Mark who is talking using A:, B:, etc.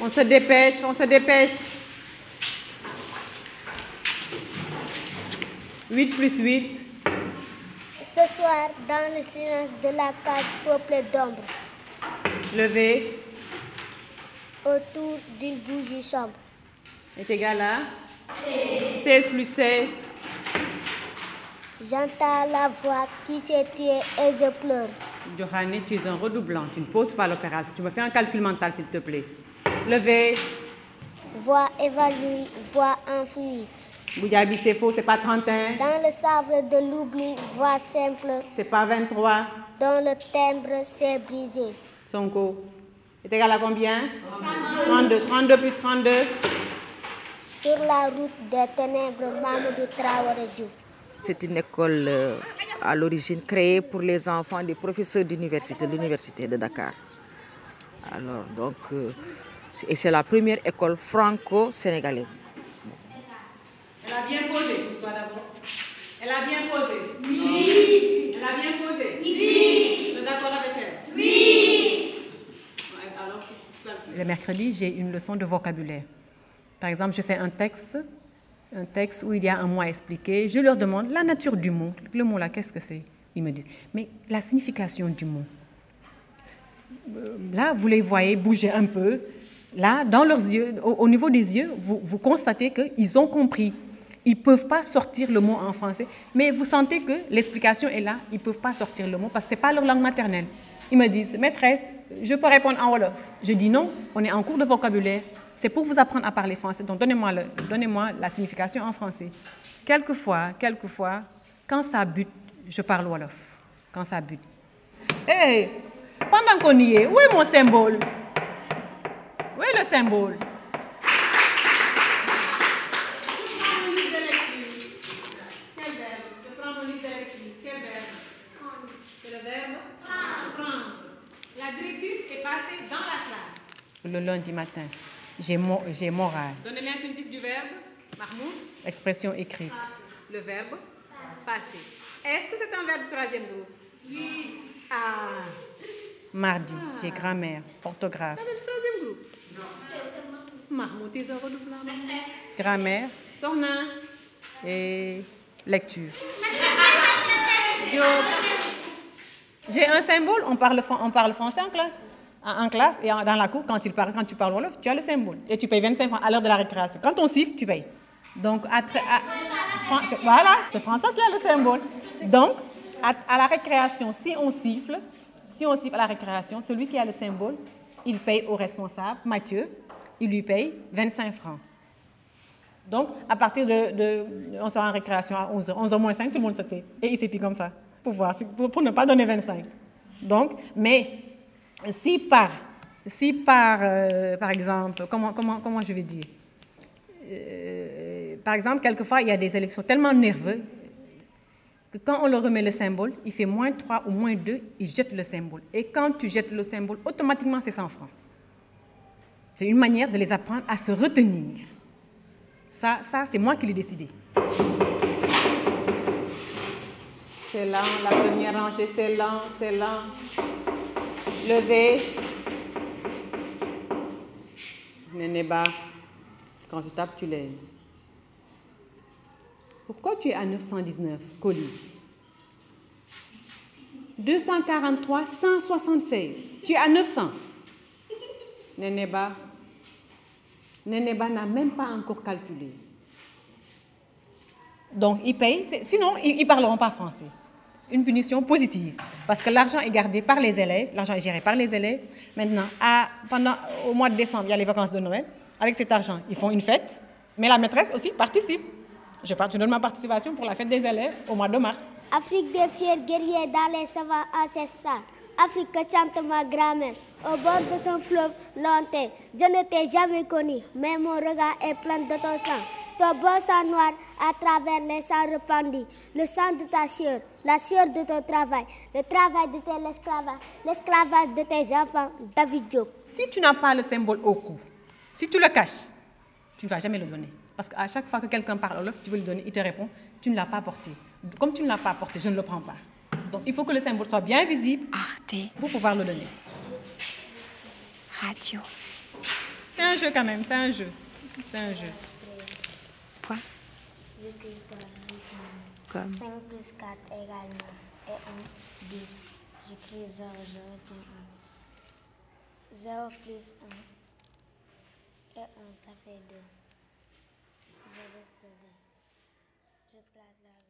A: On se dépêche, on se dépêche. 8 plus 8.
B: Ce soir, dans le silence de la case peuplée d'ombre,
A: Levé
B: autour d'une bougie sombre,
A: est égal à 16 plus 16.
B: j'entends la voix qui s'est tuée et je pleure.
A: Johanne, tu es un redoublant. Tu ne poses pas l'opération. Tu me fais un calcul mental, s'il te plaît. Levé
B: Voix évanouie, voix enfuie.
A: Bouyabi, c'est faux. C'est pas 31.
B: Dans le sable de l'oubli, voix simple,
A: C'est pas 23.
B: dont le timbre s'est brisé.
A: Sonko est égal à combien 32. 32 plus 32.
B: Sur la route des ténèbres, Mamadou Traoré Diouf.
C: C'est une école euh, à l'origine créée pour les enfants des professeurs d'université, l'université de Dakar. Alors donc, euh, c'est- et c'est la première école franco-sénégalaise.
A: Elle a bien posé, toi d'abord. Elle a bien posé. Oui. Elle a bien posé. Oui. Tu es d'accord avec elle Oui. Le mercredi, j'ai une leçon de vocabulaire. Par exemple, je fais un texte, un texte où il y a un mot à expliquer. Je leur demande la nature du mot. Le mot là, qu'est-ce que c'est Ils me disent, mais la signification du mot. là, vous les voyez bouger un peu. Là, dans leurs yeux, au, au niveau des yeux, vous, vous constatez qu'ils ont compris. Ils ne peuvent pas sortir le mot en français, mais vous sentez que l'explication est là. Ils ne peuvent pas sortir le mot parce que ce n'est pas leur langue maternelle. Ils me disent, maîtresse, je peux répondre en Wolof. Je dis non, on est en cours de vocabulaire. C'est pour vous apprendre à parler français. Donc, donnez-moi le- donnez-moi la signification en français. Quelquefois, quelquefois, quand ça bute, je parle Wolof. Quand ça bute. Hé, Eh, pendant qu'on y est, où est mon symbole Où est le symbole La directrice est passée dans la classe. Le lundi matin, j'ai mo- j'ai morale. Donnez l'infinitif du verbe, Mahmoud. Expression écrite. Le verbe passer. Est-ce que c'est un verbe troisième groupe Oui. Ah. Mardi, j'ai grammaire, orthographe. C'est le troisième groupe Non. Mahmoud, t'es un redoublant. Grammaire. Sorna. Et lecture. Diop. J'ai un symbole, on parle, fran- on parle français en classe. En en classe et en- dans la cour, quand, il parle, quand tu parles Wolof, tu as le symbole. Et tu payes 25 francs à l'heure de la récréation. Quand on siffle, tu payes. Donc, à tra- à- Fran- c'est- voilà, c'est français qui a le symbole. Donc, à, à la récréation, si on siffle, si on siffle à la récréation, celui qui a le symbole, il paye au responsable, Mathieu, il lui paye 25 francs. Donc, à partir de, de- On sera en récréation à 11h. 11h moins 5, tout le monde se tait. Et il s'épie comme ça, pour, voir, si- pour, pour ne pas donner 25. Donc, mais si par, si par, euh, par exemple, comment, comment, comment je vais dire Euh, Par exemple, quelquefois, il y a des élections tellement nerveuses que quand on leur remet le symbole, il fait moins 3 ou moins 2, il jette le symbole. Et quand tu jettes le symbole, automatiquement, c'est 100 francs. C'est une manière de les apprendre à se retenir. Ça, ça c'est moi qui l'ai décidé. C'est lent, la première rangée, c'est lent, c'est lent. Levé. Néné bas, quand je tape, tu lèves. Pourquoi tu es à 919, colis 243, 176. Tu es à 900. Néné bas, Neneba n'a même pas encore calculé. Donc, ils payent, c'est- sinon, ils ne parleront pas français. Une punition positive, parce que l'argent est gardé par les élèves, l'argent est géré par les élèves. Maintenant, à- pendant, au mois de décembre, il y a les vacances de Noël. Avec cet argent, ils font une fête, mais la maîtresse aussi participe. Je, part- je donne ma participation pour la fête des élèves au mois de mars.
B: Afrique des fiers guerriers dans les savanes ancestrales. Afrique que chante ma grand-mère au bord de son fleuve lointain. Je ne t'ai jamais connu, mais mon regard est plein de ton sang. Ton beau sang noir à travers les sangs répandus. Le sang de ta sœur, la sœur de ton travail, le travail de tes esclavages, l'esclavage de tes enfants, David Diop.
A: Si tu n'as pas le symbole au cou, si tu le caches, tu ne vas jamais le donner. Parce qu'à chaque fois que quelqu'un parle Olaf, tu veux le donner, il te répond, tu ne l'as pas porté. Comme tu ne l'as pas porté, je ne le prends pas. Donc il faut que le symbole soit bien visible
D: Arte
A: pour pouvoir le donner.
D: Radio.
A: C'est un jeu quand même, c'est un jeu. C'est un jeu.
D: Quoi Comme
B: 5 plus 4 égale 9 et 1, 10. J'écris 0, je retiens 1. 0 plus 1 et 1, ça fait 2. Je reste 2. Je place la